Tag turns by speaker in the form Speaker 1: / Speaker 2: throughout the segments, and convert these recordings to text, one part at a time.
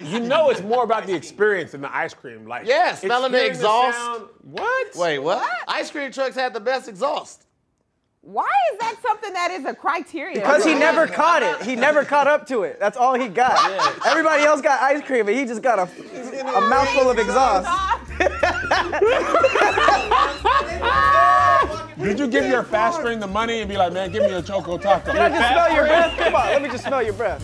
Speaker 1: You know it's more about the experience than the ice cream. Like
Speaker 2: Yeah, smelling the
Speaker 1: hearing
Speaker 2: exhaust.
Speaker 1: sound- what?
Speaker 2: Wait, what?
Speaker 3: What?
Speaker 2: Ice cream trucks had the best exhaust.
Speaker 3: Why is that something that is a criteria?
Speaker 4: Because he never caught it. He never caught up to it. That's all he got. Everybody else got ice cream, but he just got a, a mouthful of exhaust.
Speaker 1: Did you give your fast friend the money and be like, man, give me a choco taco?
Speaker 4: Can I just smell your breath? Come on, let me just smell your breath.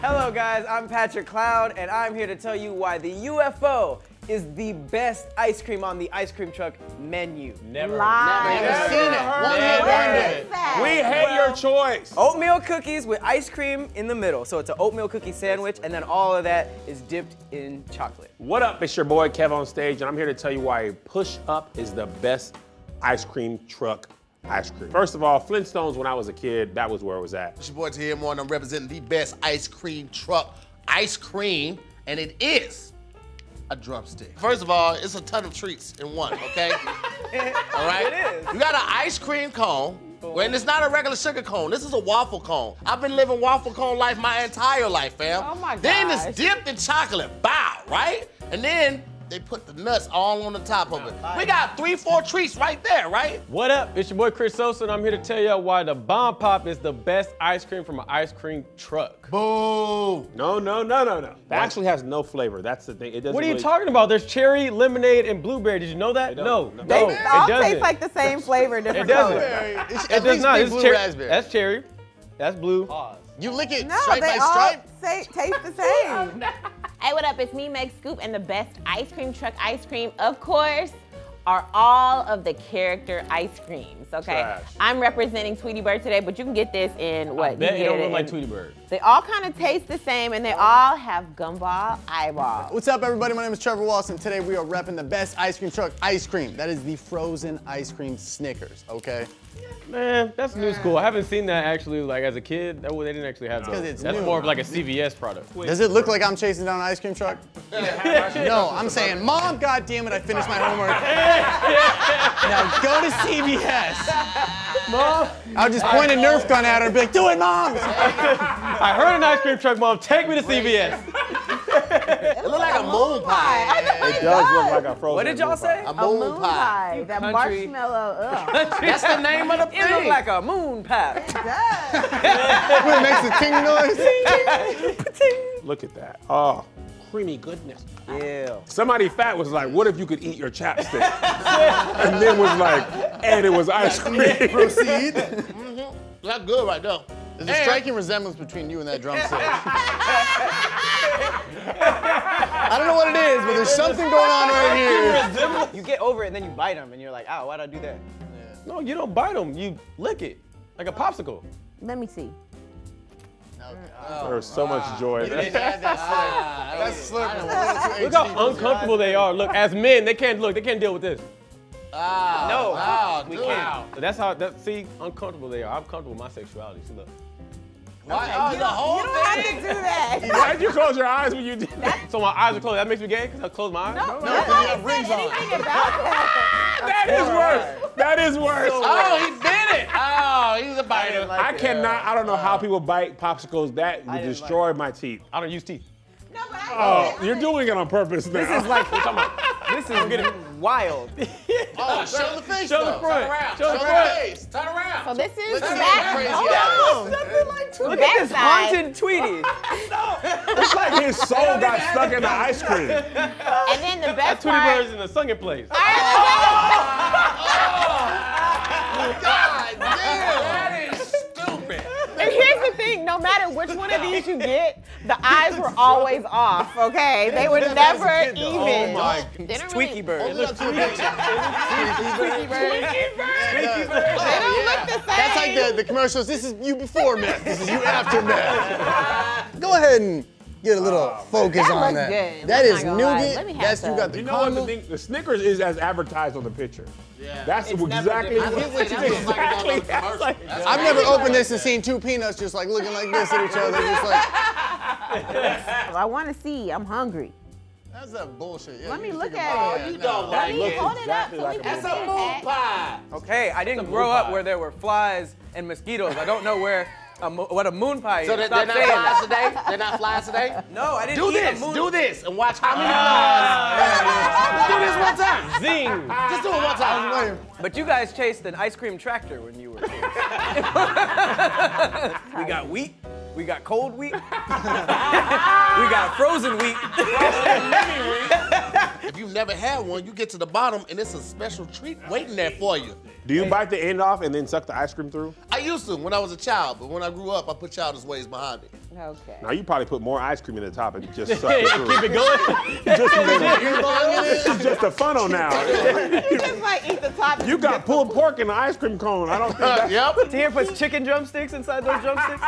Speaker 4: Hello, guys. I'm Patrick Cloud, and I'm here to tell you why the UFO is the best ice cream on the ice cream truck menu.
Speaker 1: Never.
Speaker 3: Lies.
Speaker 2: Never seen it. One
Speaker 1: Never.
Speaker 2: hand
Speaker 3: What is that?
Speaker 1: We hate your choice.
Speaker 4: Oatmeal cookies with ice cream in the middle. So it's an oatmeal cookie sandwich, and then all of that is dipped in chocolate.
Speaker 1: What up? It's your boy Kev on stage, and I'm here to tell you why Push Up is the best ice cream truck ice cream. First of all, Flintstones, when I was a kid, that was where it was at.
Speaker 2: It's your boy Tahir Moore, and I'm representing the best ice cream truck, ice cream, and it is a drumstick. First of all, it's a ton of treats in one, okay? all right?
Speaker 4: It is.
Speaker 2: You got an ice cream cone, and it's not a regular sugar cone. This is a waffle cone. I've been living waffle cone life my entire life, fam.
Speaker 3: Oh, my
Speaker 2: Then
Speaker 3: gosh.
Speaker 2: it's dipped in chocolate, bow, right? And then they put the nuts all on the top of it. We got three, four treats right there, right?
Speaker 5: What up? It's your boy Chris Sosa, and I'm here to tell y'all why the Bomb Pop is the best ice cream from an ice cream truck.
Speaker 2: Boom.
Speaker 1: No, no, no, no, no. It actually has no flavor. That's the thing. It doesn't
Speaker 5: What are you
Speaker 1: really-
Speaker 5: talking about? There's cherry, lemonade, and blueberry. Did you know that?
Speaker 1: don't.
Speaker 5: No,
Speaker 1: No.
Speaker 5: no,
Speaker 3: They
Speaker 5: it
Speaker 3: all
Speaker 5: doesn't.
Speaker 3: taste like the same flavor,
Speaker 5: it
Speaker 3: different
Speaker 1: Oh,
Speaker 5: doesn't.
Speaker 3: color.
Speaker 5: It does not. It's
Speaker 2: blue
Speaker 5: cherry.
Speaker 2: raspberry.
Speaker 5: That's cherry. That's blue.
Speaker 2: You lick it
Speaker 3: No,
Speaker 2: stripe
Speaker 3: they
Speaker 2: by
Speaker 3: all
Speaker 2: stripe.
Speaker 3: say, taste the same.
Speaker 6: Hey, what up? It's me, Meg Scoop, and the best ice cream truck ice cream, of course, are all of the character ice creams. Okay,
Speaker 1: Trash.
Speaker 6: I'm representing Tweety Bird today, but you can get this in what?
Speaker 5: I bet
Speaker 6: you
Speaker 5: it
Speaker 6: get
Speaker 5: don't
Speaker 6: it
Speaker 5: look like
Speaker 6: in-
Speaker 5: Tweety Bird.
Speaker 6: They all kind of taste the same, and they all have gumball eyeballs.
Speaker 7: What's up, everybody? My name is Trevor Wallace, and today we are repping the best ice cream truck ice cream. That is the frozen ice cream Snickers, okay?
Speaker 5: Man, that's new school. I haven't seen that actually. Like as a kid, that, they didn't actually have that.
Speaker 7: 'cause it's
Speaker 5: that's
Speaker 7: new.
Speaker 5: more of like a CVS product.
Speaker 7: Does it look like I'm chasing down an ice cream truck? no, I'm saying, Mom, God damn it, I finished my homework. now go to CVS.
Speaker 5: Mom,
Speaker 7: I'll just point a Nerf gun at her and be like, do it, Mom!
Speaker 5: I heard an ice cream truck. Mom, take me to CVS.
Speaker 2: It look like a moon
Speaker 3: pie. I know
Speaker 2: pie. Yeah,
Speaker 1: It does look like a frozen.
Speaker 4: What did y'all say?
Speaker 2: A
Speaker 3: A
Speaker 2: moon, pie.
Speaker 3: That
Speaker 4: country.
Speaker 3: marshmallow. Ugh.
Speaker 2: That's the name of the
Speaker 4: It looked
Speaker 2: thing.
Speaker 4: like a moon pie.
Speaker 3: It does.
Speaker 7: When it makes the ting noise.
Speaker 1: Look at that. Oh, creamy goodness.
Speaker 4: Yeah.
Speaker 1: Somebody fat was like, what if you could eat your chapstick? and then was like, and it was ice cream.
Speaker 7: Proceed.
Speaker 2: That's good right there.
Speaker 7: There's a striking resemblance between you and that drum set. I don't know what it is, but there's something going on right here.
Speaker 4: You get over it and then you bite them and you're like, ow, why'd I do that?
Speaker 5: No, you don't bite them. You lick it like a popsicle.
Speaker 6: Let me see.
Speaker 1: There's so much joy. in that.
Speaker 7: That's slurp is a little too
Speaker 5: Look how
Speaker 7: HD.
Speaker 5: uncomfortable they are. Look, as men, they can't look. They can't deal with this.
Speaker 2: Ah,
Speaker 4: No,
Speaker 2: Wow,
Speaker 4: we
Speaker 2: dude.
Speaker 4: can't.
Speaker 5: But that's how. That, see, uncomfortable they are. I'm comfortable with my sexuality. See, look.
Speaker 2: Wow, oh, the whole
Speaker 3: You don't have to
Speaker 2: thing.
Speaker 3: do that.
Speaker 1: Why'd you close your eyes when you did that?
Speaker 5: So my eyes are closed. That makes me gay because I close my eyes.
Speaker 3: No,
Speaker 7: because you
Speaker 3: nobody
Speaker 7: have rings
Speaker 3: said
Speaker 7: on.
Speaker 3: anything about that.
Speaker 1: That is worse. That is worse.
Speaker 2: Oh, he did it. Oh, he's a biter.
Speaker 4: like-
Speaker 1: I cannot. I don't know how people bite popsicles. That would
Speaker 4: didn't like Oh.
Speaker 1: destroy my teeth.
Speaker 5: I don't use teeth.
Speaker 3: No, but I
Speaker 1: Oh, you're doing it on purpose now.
Speaker 4: This is like, this is wild.
Speaker 2: oh, show the face.
Speaker 5: Show the
Speaker 2: though.
Speaker 5: front.
Speaker 2: Turn around.
Speaker 5: Show the
Speaker 2: the
Speaker 5: front.
Speaker 2: face. Turn around.
Speaker 6: So this is
Speaker 2: Let's
Speaker 6: the
Speaker 2: see
Speaker 6: back.
Speaker 2: that crazy
Speaker 6: Hold
Speaker 2: ass.
Speaker 6: on.
Speaker 4: Look at this
Speaker 6: Backside.
Speaker 4: haunted Tweety.
Speaker 1: It's like his soul got stuck in the ice cream.
Speaker 6: And then the best
Speaker 5: That's Tweety
Speaker 6: part.
Speaker 5: Bird's in the sunken place.
Speaker 6: All right,
Speaker 2: God damn. That is stupid.
Speaker 3: And here's the thing, no matter which one of these you get, the eyes were always off, okay? They were never
Speaker 7: Oh
Speaker 3: even.
Speaker 6: wait, wait. They don't really-
Speaker 4: Tweaky bird.
Speaker 2: Look to a picture.
Speaker 3: They don't look the same.
Speaker 7: That's like the, the commercials. This is you before meth. This is you after meth. Go ahead and get a little focus
Speaker 6: That
Speaker 7: on
Speaker 6: looks
Speaker 7: that.
Speaker 6: good.
Speaker 7: That
Speaker 6: I'm
Speaker 7: is
Speaker 6: not gonna lie.
Speaker 7: nougat.
Speaker 6: Let me have
Speaker 7: That's
Speaker 6: some.
Speaker 7: you got the
Speaker 1: You know what the
Speaker 7: caramel.
Speaker 1: thing? The Snickers is as advertised on the picture.
Speaker 2: Yeah.
Speaker 1: That's exactly
Speaker 2: I
Speaker 1: what.
Speaker 2: get what you look like about
Speaker 1: exactly.
Speaker 2: those commercials.
Speaker 1: Like,
Speaker 7: I've never opened this and seen two peanuts just like looking like this at each other. Just like
Speaker 3: I want to see. I'm hungry.
Speaker 7: That's a bullshit. Yeah,
Speaker 3: Let me
Speaker 7: you
Speaker 3: look
Speaker 7: think
Speaker 3: at
Speaker 7: about
Speaker 3: it.
Speaker 7: that.
Speaker 2: You
Speaker 7: No.
Speaker 2: don't
Speaker 6: Let
Speaker 2: like
Speaker 6: me
Speaker 2: it.
Speaker 6: hold it up
Speaker 1: exactly
Speaker 6: so we
Speaker 1: like a
Speaker 6: can
Speaker 1: That's
Speaker 2: It's
Speaker 1: a
Speaker 2: a
Speaker 6: see
Speaker 2: moon
Speaker 6: that.
Speaker 2: pie.
Speaker 4: Okay, I didn't grow up where there were flies and mosquitoes. I don't know where a mo- what a moon pie is.
Speaker 2: So they,
Speaker 4: Stop
Speaker 2: they're not
Speaker 4: saying
Speaker 2: flies
Speaker 4: that.
Speaker 2: today? They're not flies today?
Speaker 4: No, I didn't
Speaker 2: Do
Speaker 4: eat
Speaker 2: this,
Speaker 4: a moon.
Speaker 2: do this, and watch how many flies. Ah. do this one time.
Speaker 5: Zing.
Speaker 2: Just do it one time.
Speaker 7: Wait,
Speaker 4: But you guys chased an ice cream tractor when you were kids. we got wheat. We got cold wheat. we got frozen wheat.
Speaker 2: If you've never had one, you get to the bottom, and it's a special treat waiting there for you.
Speaker 1: Do you bite the end off and then suck the ice cream through?
Speaker 2: I used to when I was a child, but when I grew up, I put childish ways behind me.
Speaker 6: Okay.
Speaker 1: Now you probably put more ice cream in the top and just suck
Speaker 5: Hey,
Speaker 1: it through.
Speaker 5: keep it going.
Speaker 1: just, it's
Speaker 7: earball in it?
Speaker 1: just a funnel now.
Speaker 3: Just like eat the top.
Speaker 1: You got pulled pork in the ice cream cone. I don't think that's
Speaker 2: yep.
Speaker 4: Tahir puts chicken drumsticks inside those drumsticks.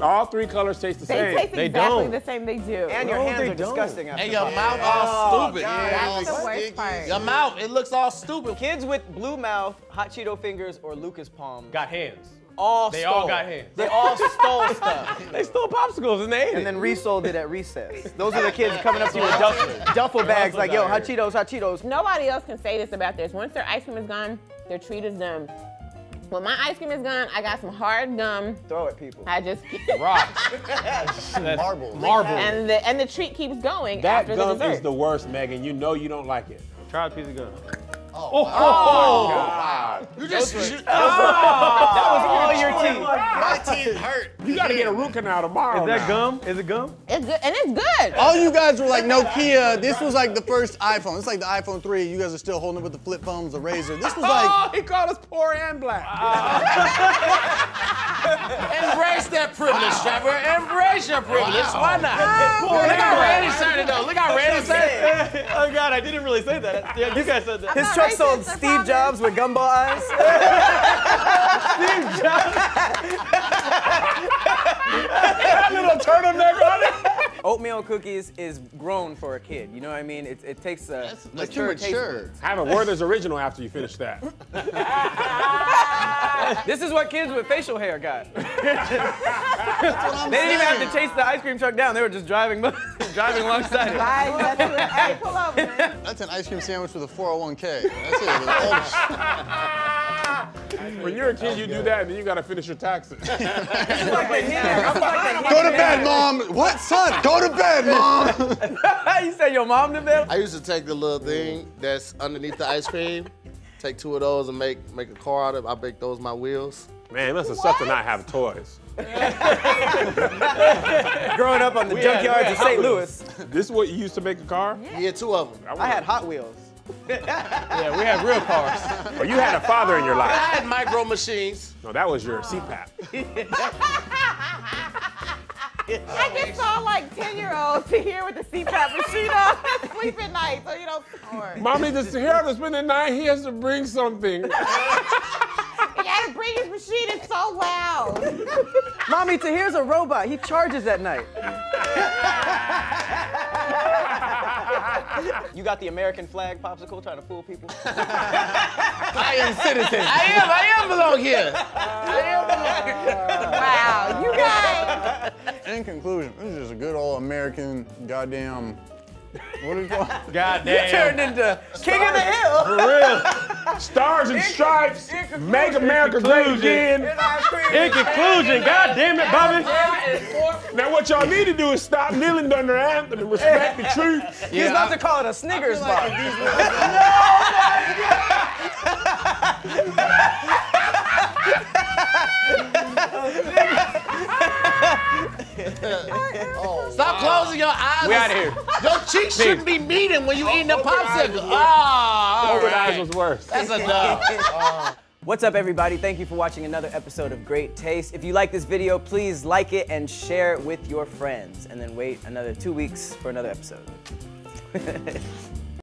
Speaker 1: all three colors taste the
Speaker 6: They
Speaker 1: same.
Speaker 6: taste
Speaker 5: They
Speaker 6: exactly
Speaker 5: don't.
Speaker 6: the same. They do.
Speaker 4: And your
Speaker 5: No,
Speaker 4: hands
Speaker 5: they
Speaker 4: are
Speaker 5: don't.
Speaker 4: disgusting. After
Speaker 2: And your
Speaker 4: that.
Speaker 2: mouth
Speaker 7: Oh,
Speaker 2: all stupid.
Speaker 6: that's the worst part.
Speaker 2: Your mouth, it looks all stupid.
Speaker 4: Kids with blue mouth, hot Cheeto fingers, or Lucas Palm
Speaker 5: Got hands.
Speaker 4: all
Speaker 5: They
Speaker 4: stole.
Speaker 5: all got hands.
Speaker 4: They all stole stuff
Speaker 5: They stole popsicles and they ate
Speaker 4: and
Speaker 5: it.
Speaker 4: then resold it at recess. Those are the kids coming up to you with duff, duffel bags like, yo, hot Cheetos, hot Cheetos.
Speaker 6: Nobody else can say this about theirs. Once their ice cream is gone, their treat is done. When my ice cream is gone, I got some hard gum.
Speaker 4: Throw at people.
Speaker 6: I just
Speaker 5: Rocks. That's
Speaker 7: Marbles.
Speaker 5: Marble.
Speaker 6: and the and the treat keeps going
Speaker 1: That
Speaker 6: after
Speaker 1: gum
Speaker 6: the dessert.
Speaker 1: is the worst, Megan. You know you don't like it.
Speaker 5: Try a piece of gum.
Speaker 7: Oh, wow.
Speaker 2: You just, you,
Speaker 4: that was all your teeth.
Speaker 7: Oh, my teeth hurt.
Speaker 1: You gotta get a root canal tomorrow.
Speaker 5: Is that
Speaker 1: now.
Speaker 5: gum? Is it gum?
Speaker 6: it's good and it's good.
Speaker 7: All you guys were like Nokia. This was like the first iPhone. It's like the iPhone 3. You guys are still holding it with the flip phones, the razor. This was like
Speaker 1: oh, he called us poor and black.
Speaker 2: embrace that privilege, Trevor. Embrace your privilege. Why not?
Speaker 7: Oh,
Speaker 2: Look how red he started though. Look how red he started.
Speaker 5: oh God, I didn't really say that. Yeah, you guys said that.
Speaker 4: His truck
Speaker 3: racist,
Speaker 4: sold
Speaker 3: I
Speaker 4: Steve
Speaker 3: promise.
Speaker 4: Jobs with gumball eyes.
Speaker 1: little turtleneck on it.
Speaker 4: Oatmeal cookies is grown for a kid. You know what I mean? It, it takes a
Speaker 7: like too
Speaker 4: mature taste.
Speaker 7: mature.
Speaker 1: Have a Werther's original after you finish that.
Speaker 4: This is what kids with facial hair got. They
Speaker 7: That's what I'm
Speaker 4: didn't even
Speaker 7: saying.
Speaker 4: have to chase the ice cream truck down. They were just driving, by- driving alongside it.
Speaker 3: Right, that's what- hey, pull over. man.
Speaker 7: That's an ice cream sandwich with a 401k. That's it. That's all-
Speaker 1: when you're a kid, you do that, and then you gotta finish your taxes.
Speaker 7: Go to bed, mom. What, son? Go to bed, mom.
Speaker 4: you said your mom did that?
Speaker 2: I used to take the little thing that's underneath the ice cream, take two of those and make make a car out of. it. I make those my wheels.
Speaker 1: Man, must have sucked to not have toys.
Speaker 4: Growing up on the junkyards of St. Louis,
Speaker 1: This is what you used to make a car?
Speaker 2: Yeah, two of them.
Speaker 4: I had Hot Wheels.
Speaker 5: Yeah, we have real cars.
Speaker 1: Or you had a father in your
Speaker 2: I
Speaker 1: life.
Speaker 2: had micro machines.
Speaker 1: No, that was your CPAP.
Speaker 3: I just saw like 10 year olds to here with the CPAP machine on sleep at night so you don't snore.
Speaker 1: Mommy, does Harold to spend the night? He has to bring something.
Speaker 3: He had to bring his machine, it's so loud.
Speaker 4: Mommy, Tahir's a robot. He charges at night. you got the American flag popsicle trying to fool people?
Speaker 2: I am citizen. I am. I am belong here.
Speaker 3: Wow, you guys.
Speaker 7: In conclusion, this is just a good old American goddamn. What do you call it?
Speaker 5: God
Speaker 4: Turned
Speaker 5: damn.
Speaker 4: into King of the Hill.
Speaker 1: For real. Stars and stripes. Make America great again.
Speaker 5: In conclusion, God damn it, Bobby.
Speaker 1: Now what y'all need to do is stop kneeling under anthem and respect the truth.
Speaker 4: He was about to call it a Snickers bar.
Speaker 2: Stop closing your eyes.
Speaker 5: We outta here.
Speaker 2: Your cheeks shouldn't be meeting when you eating the popsicle. Ah, all
Speaker 1: Ours
Speaker 2: right.
Speaker 1: was worse.
Speaker 2: That's enough.
Speaker 4: What's up, everybody? Thank you for watching another episode of Great Taste. If you like this video, please like it and share it with your friends. And then wait another two weeks for another episode.